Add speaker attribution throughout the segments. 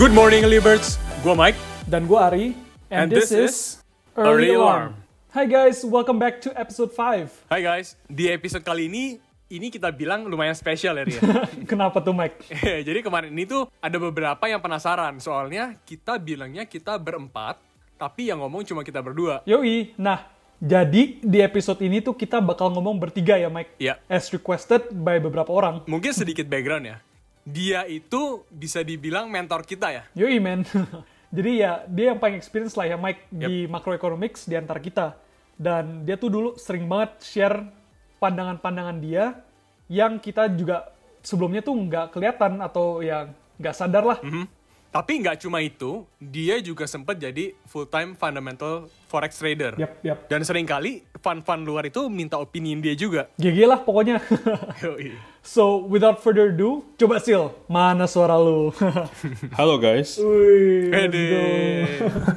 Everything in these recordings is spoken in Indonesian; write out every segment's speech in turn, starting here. Speaker 1: Good morning, Libirds. Gua Mike.
Speaker 2: Dan gue Ari.
Speaker 1: And this is Early Alarm.
Speaker 2: Hi guys, welcome back to episode 5.
Speaker 1: Hai guys, di episode kali ini ini kita bilang lumayan spesial ya Ria.
Speaker 2: Kenapa tuh Mike?
Speaker 1: Jadi kemarin ini tuh ada beberapa yang penasaran soalnya kita bilangnya kita berempat tapi yang ngomong cuma kita berdua.
Speaker 2: Yoi, nah jadi di episode ini tuh kita bakal ngomong bertiga ya Mike?
Speaker 1: Iya.
Speaker 2: As requested by beberapa orang.
Speaker 1: Mungkin sedikit background ya. Dia itu bisa dibilang mentor kita ya.
Speaker 2: Yoi man. jadi ya dia yang paling experience lah ya Mike di macroeconomics di antara kita. Dan dia tuh dulu sering banget share pandangan-pandangan dia yang kita juga sebelumnya tuh nggak kelihatan atau yang nggak sadar lah.
Speaker 1: Mm-hmm. Hmm. Tapi nggak cuma itu, dia juga sempat jadi full-time fundamental forex trader.
Speaker 2: Yap, yap.
Speaker 1: Dan seringkali fan-fan luar itu minta opini dia juga.
Speaker 2: GG lah pokoknya.
Speaker 1: Yoi.
Speaker 2: So, without further ado, coba Sil, mana suara lu?
Speaker 3: Halo guys,
Speaker 2: Uh, Wih, let's
Speaker 1: Pede.
Speaker 2: go.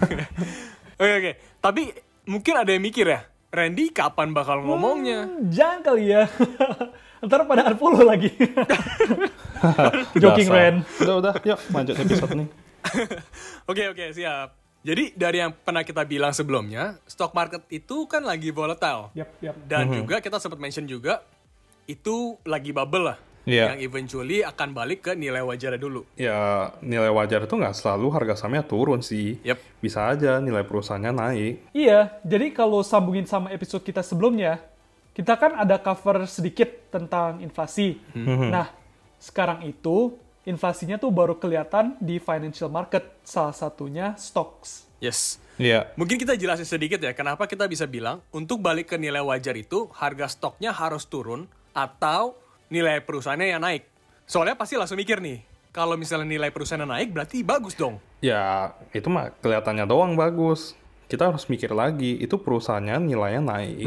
Speaker 1: Oke oke, tapi mungkin ada yang mikir ya, Randy kapan bakal ngomongnya?
Speaker 2: Hmm, Jangan kali ya. Ntar pada unfollow lagi. Joking,
Speaker 3: Dasar.
Speaker 2: Ren.
Speaker 3: Udah udah, yuk lanjut episode nih.
Speaker 1: Oke oke, siap. Jadi dari yang pernah kita bilang sebelumnya, stock market itu kan lagi volatile.
Speaker 2: Yap, yap.
Speaker 1: Dan juga kita sempat mention juga itu lagi bubble lah.
Speaker 3: Iya.
Speaker 1: Yang eventually akan balik ke nilai wajarnya dulu.
Speaker 3: Ya nilai wajar itu nggak selalu harga sahamnya turun sih.
Speaker 1: Yep.
Speaker 3: Bisa aja nilai perusahaannya naik.
Speaker 2: Iya, jadi kalau sambungin sama episode kita sebelumnya, kita kan ada cover sedikit tentang inflasi. Nah, sekarang itu inflasinya tuh baru kelihatan di financial market, salah satunya stocks.
Speaker 1: Yes.
Speaker 3: Iya.
Speaker 1: Mungkin kita jelasin sedikit ya, kenapa kita bisa bilang untuk balik ke nilai wajar itu harga stoknya harus turun atau nilai perusahaannya yang naik. Soalnya pasti langsung mikir nih, kalau misalnya nilai perusahaannya naik berarti bagus dong.
Speaker 3: Ya itu mah kelihatannya doang bagus. Kita harus mikir lagi, itu perusahaannya nilainya naik.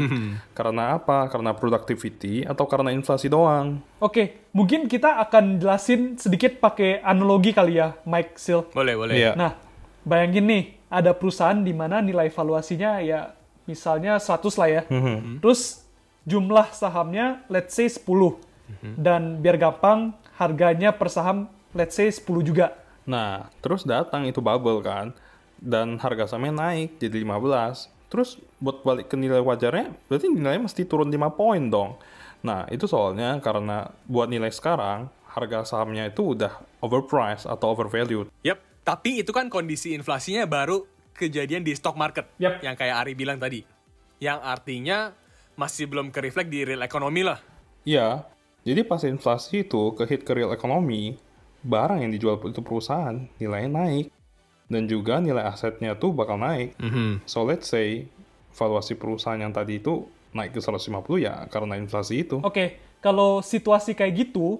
Speaker 3: Karena apa? Karena productivity atau karena inflasi doang?
Speaker 2: Oke, mungkin kita akan jelasin sedikit pakai analogi kali ya, Mike Sil.
Speaker 1: Boleh, boleh.
Speaker 3: Iya.
Speaker 2: Nah, bayangin nih, ada perusahaan di mana nilai valuasinya ya misalnya 100 lah ya. Terus jumlah sahamnya let's say 10. Dan biar gampang, harganya per saham let's say 10 juga.
Speaker 3: Nah, terus datang itu bubble kan, dan harga sahamnya naik jadi 15. Terus buat balik ke nilai wajarnya, berarti nilainya mesti turun 5 poin dong. Nah, itu soalnya karena buat nilai sekarang, harga sahamnya itu udah overpriced atau overvalued.
Speaker 1: Yap, tapi itu kan kondisi inflasinya baru kejadian di stock market
Speaker 2: Yap.
Speaker 1: yang kayak Ari bilang tadi. Yang artinya masih belum ke reflect di real ekonomi lah.
Speaker 3: Iya, jadi pas inflasi itu ke hit ke real ekonomi, barang yang dijual itu perusahaan nilainya naik. Dan juga nilai asetnya tuh bakal naik. So let's say valuasi perusahaan yang tadi itu naik ke 150 ya karena inflasi itu.
Speaker 2: Oke, kalau situasi kayak gitu,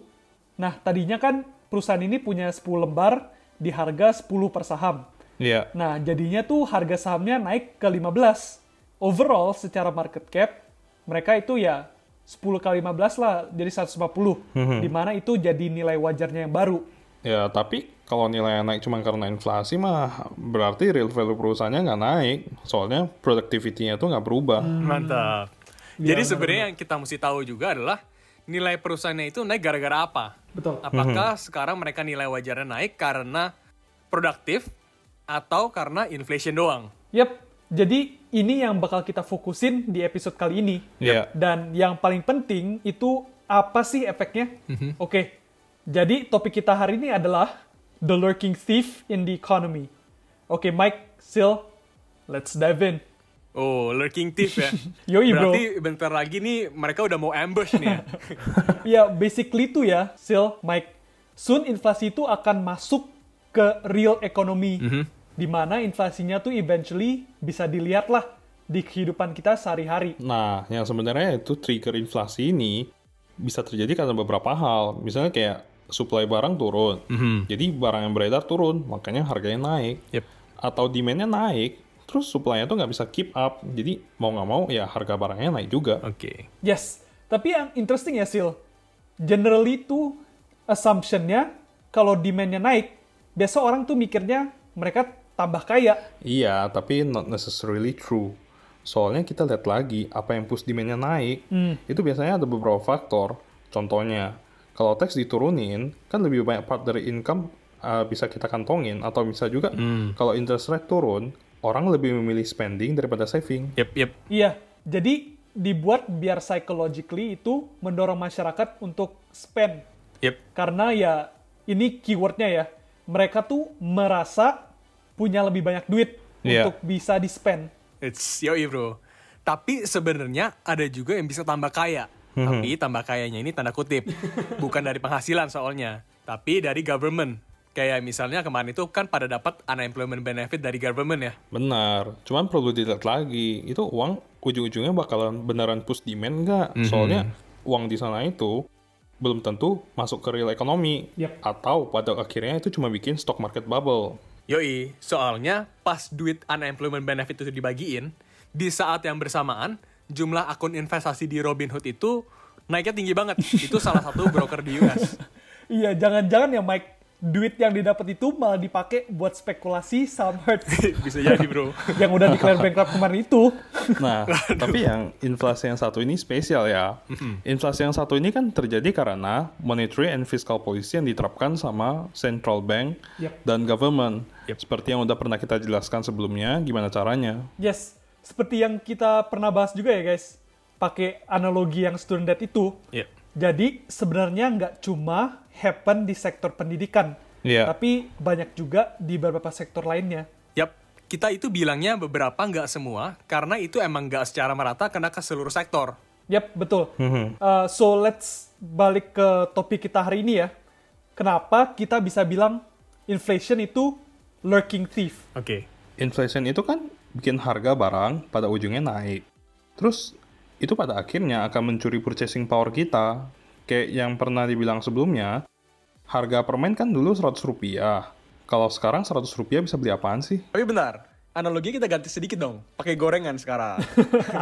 Speaker 2: nah tadinya kan perusahaan ini punya 10 lembar di harga 10 per saham.
Speaker 3: Iya.
Speaker 2: Nah, jadinya tuh harga sahamnya naik ke 15. Overall, secara market cap, mereka itu ya 10 kali 15 lah, jadi 150. Dimana itu jadi nilai wajarnya yang baru.
Speaker 3: Ya, tapi kalau nilainya naik cuma karena inflasi mah berarti real value perusahaannya nggak naik. Soalnya productivity-nya tuh nggak berubah.
Speaker 1: Hmm. Mantap. Jadi sebenarnya yang kita mesti tahu juga adalah nilai perusahaannya itu naik gara-gara apa?
Speaker 2: Betul.
Speaker 1: Apakah sekarang mereka nilai wajarnya naik karena produktif atau karena inflation doang?
Speaker 2: Yap, jadi ini yang bakal kita fokusin di episode kali ini.
Speaker 3: Iya.
Speaker 2: Dan yang paling penting itu apa sih efeknya? Oke, jadi topik kita hari ini adalah The Lurking Thief in the Economy. Oke, Mike, Sil, let's dive in.
Speaker 1: Oh, lurking thief ya.
Speaker 2: Yoi, bro.
Speaker 1: Berarti bentar lagi nih mereka udah mau ambush nih ya.
Speaker 2: Ya, basically itu ya, Sil, Mike. Soon inflasi itu akan masuk ke real economy, di mana inflasinya tuh eventually bisa dilihat lah di kehidupan kita sehari-hari.
Speaker 3: Nah, yang sebenarnya itu trigger inflasi ini bisa terjadi karena beberapa hal. Misalnya kayak supply barang turun. Jadi barang yang beredar turun, makanya harganya naik.
Speaker 1: Yep.
Speaker 3: Atau demand-nya naik, terus supply-nya tuh nggak bisa keep up. Jadi mau nggak mau ya harga barangnya naik juga.
Speaker 1: Oke.
Speaker 2: Yes, tapi yang interesting ya, Sil, generally tuh assumption-nya kalau demand-nya naik, biasa orang tuh mikirnya mereka tambah kaya.
Speaker 3: Iya, tapi not necessarily true. Soalnya kita lihat lagi apa yang push demand-nya naik, itu biasanya ada beberapa faktor. Contohnya, kalau tax diturunin, kan lebih banyak part dari income uh, bisa kita kantongin atau bisa juga kalau interest rate turun orang lebih memilih spending daripada saving.
Speaker 1: Yep, yep.
Speaker 2: Iya, jadi dibuat biar psychologically itu mendorong masyarakat untuk spend.
Speaker 1: Yep.
Speaker 2: Karena ya ini keywordnya ya, mereka tuh merasa punya lebih banyak duit
Speaker 3: Iya.
Speaker 2: untuk bisa di spend.
Speaker 1: It's yoi bro. Tapi sebenarnya ada juga yang bisa tambah kaya. Tapi tambah kayanya ini tanda kutip. Bukan dari penghasilan soalnya. Tapi dari government. Kayak misalnya kemarin itu kan pada dapat unemployment benefit dari government ya.
Speaker 3: Benar, cuman perlu dilihat lagi itu uang ujung-ujungnya bakalan beneran push demand nggak? Soalnya uang di sana itu belum tentu masuk ke real ekonomi
Speaker 2: Yap.
Speaker 3: atau pada akhirnya itu cuma bikin stock market bubble.
Speaker 1: Yoi, soalnya pas duit unemployment benefit itu dibagiin, di saat yang bersamaan jumlah akun investasi di Robinhood itu naiknya tinggi banget. Itu salah satu broker di US.
Speaker 2: Iya, jangan-jangan ya Mike, duit yang didapat itu malah dipakai buat spekulasi saham Hertz
Speaker 1: bisa jadi bro.
Speaker 2: yang udah declare bankrupt kemarin itu.
Speaker 3: Nah, tapi yang inflasi yang satu ini spesial ya. Inflasi yang satu ini kan terjadi karena monetary and fiscal policy yang diterapkan sama central bank
Speaker 2: Yap.
Speaker 3: dan government. Seperti yang udah pernah kita jelaskan sebelumnya, gimana caranya?
Speaker 2: Yes, seperti yang kita pernah bahas juga ya guys, pakai analogi yang student debt itu.
Speaker 1: Yep.
Speaker 2: Jadi sebenarnya nggak cuma happen di sektor pendidikan,
Speaker 3: Iya.
Speaker 2: tapi banyak juga di beberapa sektor lainnya.
Speaker 1: Yap, kita itu bilangnya beberapa nggak semua, karena itu emang nggak secara merata kena ke seluruh sektor.
Speaker 2: Yap, betul. Uh, so let's balik ke topik kita hari ini ya. Kenapa kita bisa bilang inflation itu lurking thief?
Speaker 1: Oke.
Speaker 3: Inflation itu kan bikin harga barang pada ujungnya naik. Terus itu pada akhirnya akan mencuri purchasing power kita. Kayak yang pernah dibilang sebelumnya, harga permen kan dulu 100 rupiah. Kalau sekarang 100 rupiah bisa beli apaan sih?
Speaker 4: Tapi bentar, analoginya kita ganti sedikit dong. Pakai gorengan sekarang.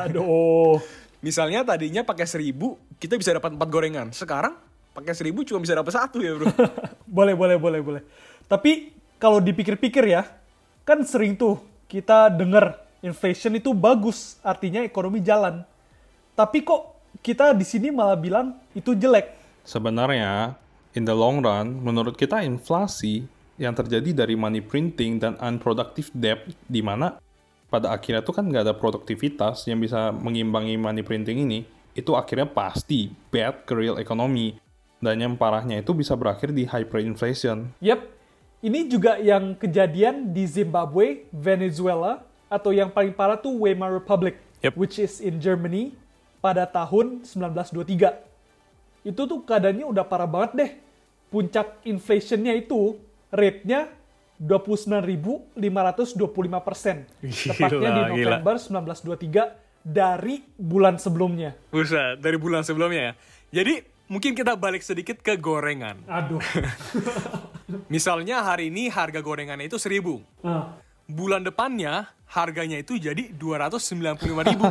Speaker 2: Aduh.
Speaker 4: Misalnya tadinya pakai seribu, kita bisa dapat empat gorengan. Sekarang pakai seribu cuma bisa dapat satu ya bro.
Speaker 2: Boleh, boleh, boleh, boleh. Tapi kalau dipikir-pikir ya, kan sering tuh kita dengar inflation itu bagus, artinya ekonomi jalan. Tapi kok kita di sini malah bilang itu jelek.
Speaker 3: Sebenarnya, in the long run, menurut kita inflasi yang terjadi dari money printing dan unproductive debt, di mana pada akhirnya tuh kan nggak ada produktivitas yang bisa mengimbangi money printing ini, itu akhirnya pasti bad ke real economy. Dan yang parahnya itu bisa berakhir di hyperinflation.
Speaker 2: Yep. Ini juga yang kejadian di Zimbabwe, Venezuela, atau yang paling parah tuh Weimar Republic,
Speaker 1: Yep.
Speaker 2: which is in Germany pada tahun 1923. Itu tuh keadaannya udah parah banget deh. Puncak inflationnya itu rate-nya 29.525 persen. Tepatnya di
Speaker 1: Gila, gila.
Speaker 2: November 1923 dari bulan sebelumnya.
Speaker 1: Buset, dari bulan sebelumnya ya. Jadi, mungkin kita balik sedikit ke gorengan.
Speaker 2: Aduh.
Speaker 1: Misalnya hari ini harga gorengannya itu 1000.
Speaker 2: Ah.
Speaker 1: Bulan depannya harganya itu jadi 295 ribu.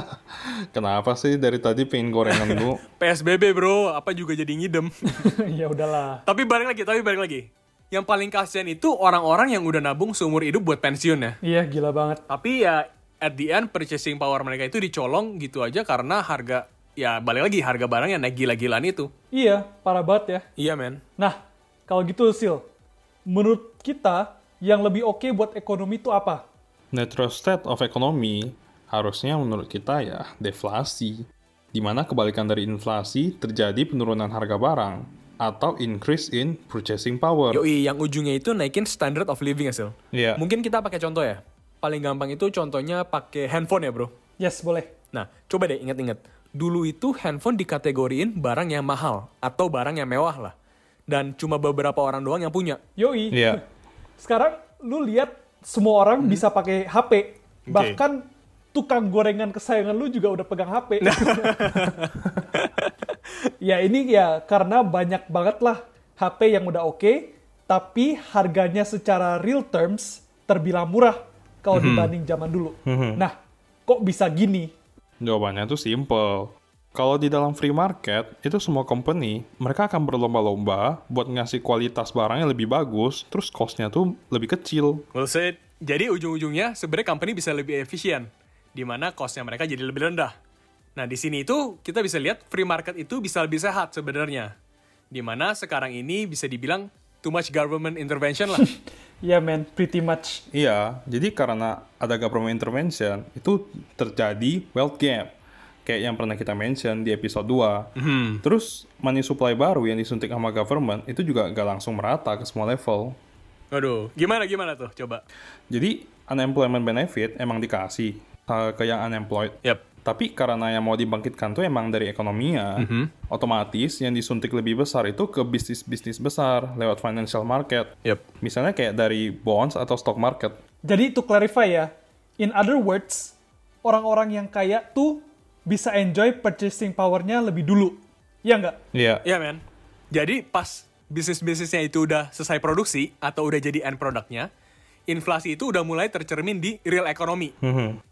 Speaker 3: Kenapa sih dari tadi pengen gorengan dulu?
Speaker 1: PSBB bro, apa juga jadi ngidem.
Speaker 2: ya udahlah.
Speaker 1: tapi balik lagi, tapi balik lagi. Yang paling kasihan itu orang-orang yang udah nabung seumur hidup buat pensiun ya.
Speaker 2: Iya, gila banget.
Speaker 1: Tapi ya at the end purchasing power mereka itu dicolong gitu aja karena harga ya balik lagi harga barang yang naik gila-gilaan itu.
Speaker 2: Iya, parah banget ya.
Speaker 1: Iya men.
Speaker 2: Nah, kalau gitu Sil, menurut kita yang lebih oke buat ekonomi itu apa?
Speaker 3: Natural state of economy harusnya menurut kita ya deflasi, di mana kebalikan dari inflasi terjadi penurunan harga barang atau increase in purchasing power.
Speaker 4: Yoi, yang ujungnya itu naikin standard of living hasil.
Speaker 3: Iya.
Speaker 4: Mungkin kita pakai contoh ya. Paling gampang itu contohnya pakai handphone ya bro.
Speaker 2: Yes, boleh.
Speaker 4: Nah, coba deh ingat-ingat. Dulu itu handphone dikategoriin barang yang mahal atau barang yang mewah lah. Dan cuma beberapa orang doang yang punya.
Speaker 2: Yoi.
Speaker 3: Iya.
Speaker 2: Sekarang lu lihat semua orang bisa pakai HP. Bahkan tukang gorengan kesayangan lu juga udah pegang HP. ya ini ya karena banyak banget lah HP yang udah oke, tapi harganya secara real terms terbilang murah kalau dibanding zaman dulu. Nah, kok bisa gini?
Speaker 3: Jawabannya tuh simple. Kalau di dalam free market, itu semua company, mereka akan berlomba-lomba buat ngasih kualitas barang yang lebih bagus, terus cost-nya tuh lebih kecil.
Speaker 1: Well said. Jadi ujung-ujungnya sebenarnya company bisa lebih efisien di mana cost-nya mereka jadi lebih rendah. Nah, di sini itu kita bisa lihat free market itu bisa lebih sehat sebenarnya. Di mana sekarang ini bisa dibilang too much government intervention lah.
Speaker 2: Iya man, pretty much.
Speaker 3: Iya, jadi karena ada government intervention, itu terjadi wealth gap. Kayak yang pernah kita mention di episode 2. Terus money supply baru yang disuntik sama government itu juga nggak langsung merata ke semua level.
Speaker 1: Waduh, gimana gimana tuh coba.
Speaker 3: Jadi unemployment benefit emang dikasih uh, ke yang unemployed.
Speaker 1: Yap.
Speaker 3: Tapi karena yang mau dibangkitkan tuh emang dari ekonominya, otomatis yang disuntik lebih besar itu ke bisnis-bisnis besar lewat financial market.
Speaker 1: Yap.
Speaker 3: Misalnya kayak dari bonds atau stock market.
Speaker 2: Jadi to clarify ya, in other words, orang-orang yang kaya tuh bisa enjoy purchasing powernya lebih dulu. Iya nggak?
Speaker 3: Iya.
Speaker 1: Ya men. Jadi pas bisnis-bisnisnya itu udah selesai produksi atau udah jadi end produknya, inflasi itu udah mulai tercermin di real economy.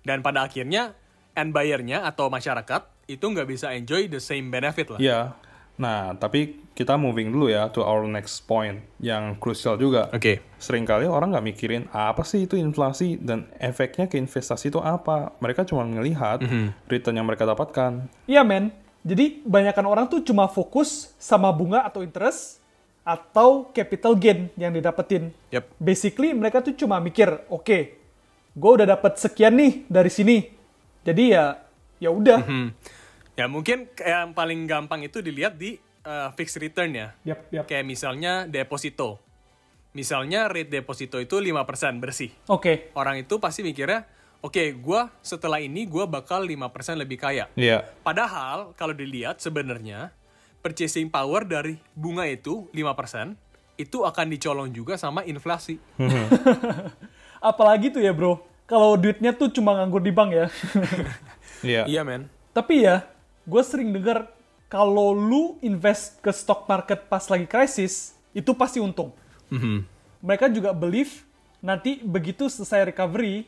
Speaker 1: Dan pada akhirnya end buyer-nya atau masyarakat itu nggak bisa enjoy the same benefit lah.
Speaker 3: Iya. Nah, tapi kita moving dulu ya to our next point yang krusial juga.
Speaker 1: Oke.
Speaker 3: Seringkali orang nggak mikirin "Ah, apa sih itu inflasi dan efeknya ke investasi itu apa. Mereka cuma melihat return yang mereka dapatkan.
Speaker 2: Iya men. Jadi banyakkan orang tuh cuma fokus sama bunga atau interest atau capital gain yang didapetin.
Speaker 1: Yap.
Speaker 2: Basically mereka tuh cuma mikir, oke, gue udah dapat sekian nih dari sini. Jadi ya, ya udah.
Speaker 1: Ya mungkin kayak yang paling gampang itu dilihat di eh, fixed return ya.
Speaker 2: Yap, yap.
Speaker 1: Kayak misalnya deposito. Misalnya rate deposito itu 5% bersih.
Speaker 2: Oke.
Speaker 1: Orang itu pasti mikirnya, oke gua setelah ini gua bakal 5% lebih kaya.
Speaker 3: Iya.
Speaker 1: Padahal kalau dilihat sebenarnya purchasing power dari bunga itu 5% itu akan dicolong juga sama inflasi.
Speaker 2: Apalagi tuh ya bro, kalau duitnya tuh cuma nganggur di bank ya.
Speaker 3: Iya.
Speaker 4: Iya, men.
Speaker 2: Tapi ya, gue sering dengar kalau lu invest ke stock market pas lagi krisis, itu pasti untung.
Speaker 1: Mhm.
Speaker 2: Mereka juga believe nanti begitu selesai recovery,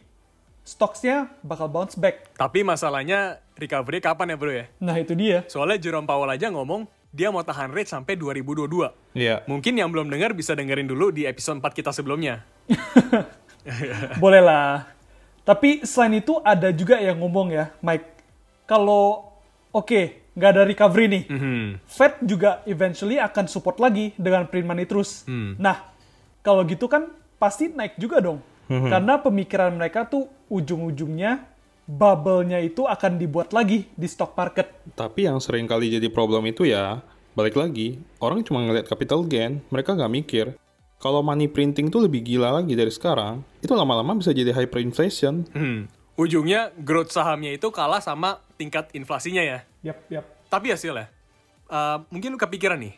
Speaker 2: stoknya bakal bounce back.
Speaker 1: Tapi masalahnya recovery kapan ya bro ya?
Speaker 2: Nah itu dia.
Speaker 1: Soalnya Jerome Powell aja ngomong dia mau tahan rate sampai 2022.
Speaker 3: Iya.
Speaker 1: Mungkin yang belum dengar bisa dengerin dulu di episode 4 kita sebelumnya.
Speaker 2: Bolehlah. Tapi selain itu ada juga yang ngomong ya, Mike. Kalau oke, nggak ada recovery nih. Fed juga eventually akan support lagi dengan print money terus. Nah, kalau gitu kan pasti naik juga dong. Karena pemikiran mereka tuh ujung-ujungnya bubble-nya itu akan dibuat lagi di stock market.
Speaker 3: Tapi yang sering kali jadi problem itu ya, balik lagi, orang cuma ngeliat capital gain, mereka nggak mikir. Kalau money printing tuh lebih gila lagi dari sekarang, itu lama-lama bisa jadi hyperinflation.
Speaker 1: Hmm. Ujungnya growth sahamnya itu kalah sama tingkat inflasinya ya.
Speaker 2: Yap, yap.
Speaker 1: Tapi hasilnya, eh mungkin lu kepikiran nih,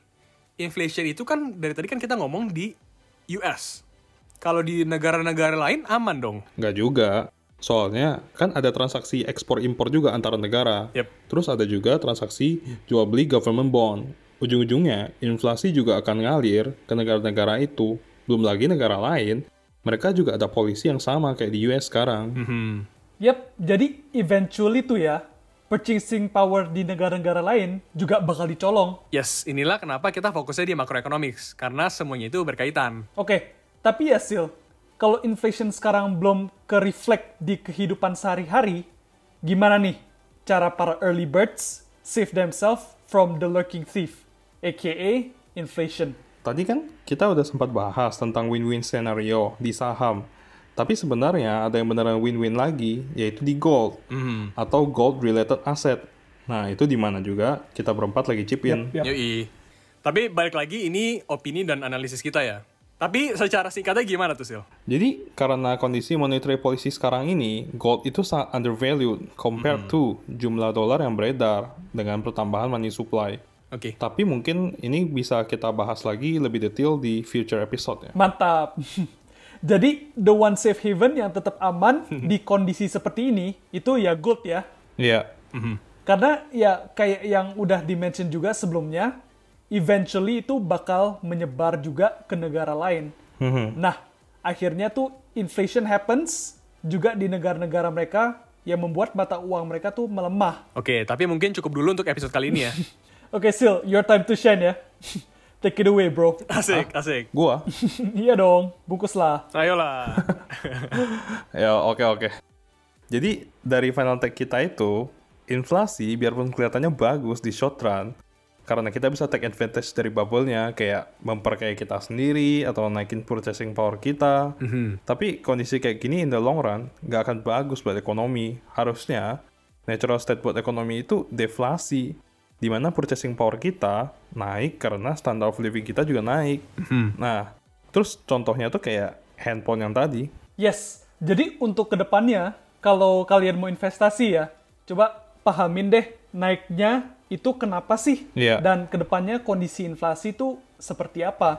Speaker 1: inflation itu kan dari tadi kan kita ngomong di US. Kalau di negara-negara lain aman dong.
Speaker 3: Nggak juga. Soalnya kan ada transaksi ekspor-impor juga antara negara.
Speaker 1: Yep.
Speaker 3: Terus ada juga transaksi jual-beli government bond. Ujung-ujungnya, inflasi juga akan ngalir ke negara-negara itu. Belum lagi negara lain, mereka juga ada polisi yang sama kayak di US sekarang.
Speaker 2: Yap, jadi eventually tuh ya, purchasing power di negara-negara lain juga bakal dicolong.
Speaker 1: Yes, inilah kenapa kita fokusnya di macroeconomics karena semuanya itu berkaitan.
Speaker 2: Oke, tapi ya Sil, kalau inflation sekarang belum ke-reflect di kehidupan sehari-hari, gimana nih cara para early birds save themselves from the lurking thief, aka inflation?
Speaker 3: Tadi kan kita udah sempat bahas tentang win-win scenario di saham. Tapi sebenarnya ada yang beneran win-win lagi, yaitu di gold. Atau gold-related asset. Nah, itu di mana juga kita berempat lagi chip in.
Speaker 2: Yap.
Speaker 1: Yoi. Tapi balik lagi ini opini dan analisis kita ya. Tapi secara singkatnya gimana tuh Sil?
Speaker 3: Jadi karena kondisi monetary policy sekarang ini, gold itu sangat undervalued compared to jumlah dolar yang beredar dengan pertambahan money supply.
Speaker 1: Oke.
Speaker 3: Tapi mungkin ini bisa kita bahas lagi lebih detail di future episode ya.
Speaker 2: Mantap. jadi the one safe haven yang tetap aman di kondisi seperti ini itu ya gold ya.
Speaker 3: Iya.
Speaker 2: Karena ya kayak yang udah dimention juga sebelumnya, eventually itu bakal menyebar juga ke negara lain. Nah, akhirnya tuh inflation happens juga di negara-negara mereka yang membuat mata uang mereka tuh melemah.
Speaker 1: Oke, tapi mungkin cukup dulu untuk episode kali ini ya.
Speaker 2: Oke, Sil, your time to shine ya. Take it away, bro.
Speaker 1: Asik, asik.
Speaker 3: Gua.
Speaker 2: iya dong, bungkuslah.
Speaker 1: Ayolah.
Speaker 3: ya, oke oke. Jadi dari final tech kita itu, inflasi biarpun kelihatannya bagus di short run, Karena kita bisa take advantage dari bubble-nya, kayak memperkaya kita sendiri atau naikin purchasing power kita. Tapi kondisi kayak gini in the long run nggak akan bagus buat ekonomi. Harusnya natural state buat ekonomi itu deflasi, di mana purchasing power kita naik karena standar of living kita juga naik. Nah, terus contohnya tuh kayak handphone yang tadi,
Speaker 2: Yes, jadi untuk kedepannya, kalau kalian mau investasi ya, coba pahamin deh naiknya itu kenapa sih?
Speaker 3: Iya.
Speaker 2: Dan kedepannya kondisi inflasi itu seperti apa?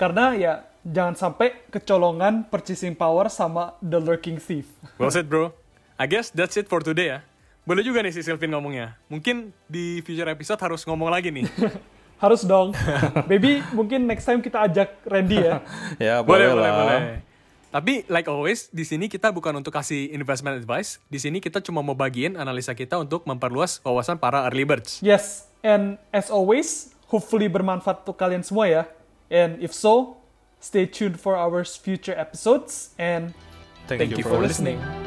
Speaker 2: Karena ya jangan sampai kecolongan purchasing power sama the lurking thief.
Speaker 1: Well said bro. I guess that's it for today ya. Boleh juga nih si Silvin ngomongnya. Mungkin di future episode harus ngomong lagi nih.
Speaker 2: Harus dong. Baby, mungkin next time kita ajak Randy ya.
Speaker 3: ya boleh,
Speaker 1: boleh, boleh,
Speaker 3: lah.
Speaker 1: boleh. Tapi like always, di sini kita bukan untuk kasih investment advice. Di sini kita cuma mau bagiin analisa kita untuk memperluas wawasan para early birds.
Speaker 2: Yes, and as always, hopefully bermanfaat untuk kalian semua ya. And if so, stay tuned for our future episodes and
Speaker 3: Thank,
Speaker 1: Thank you for listening.
Speaker 2: listening.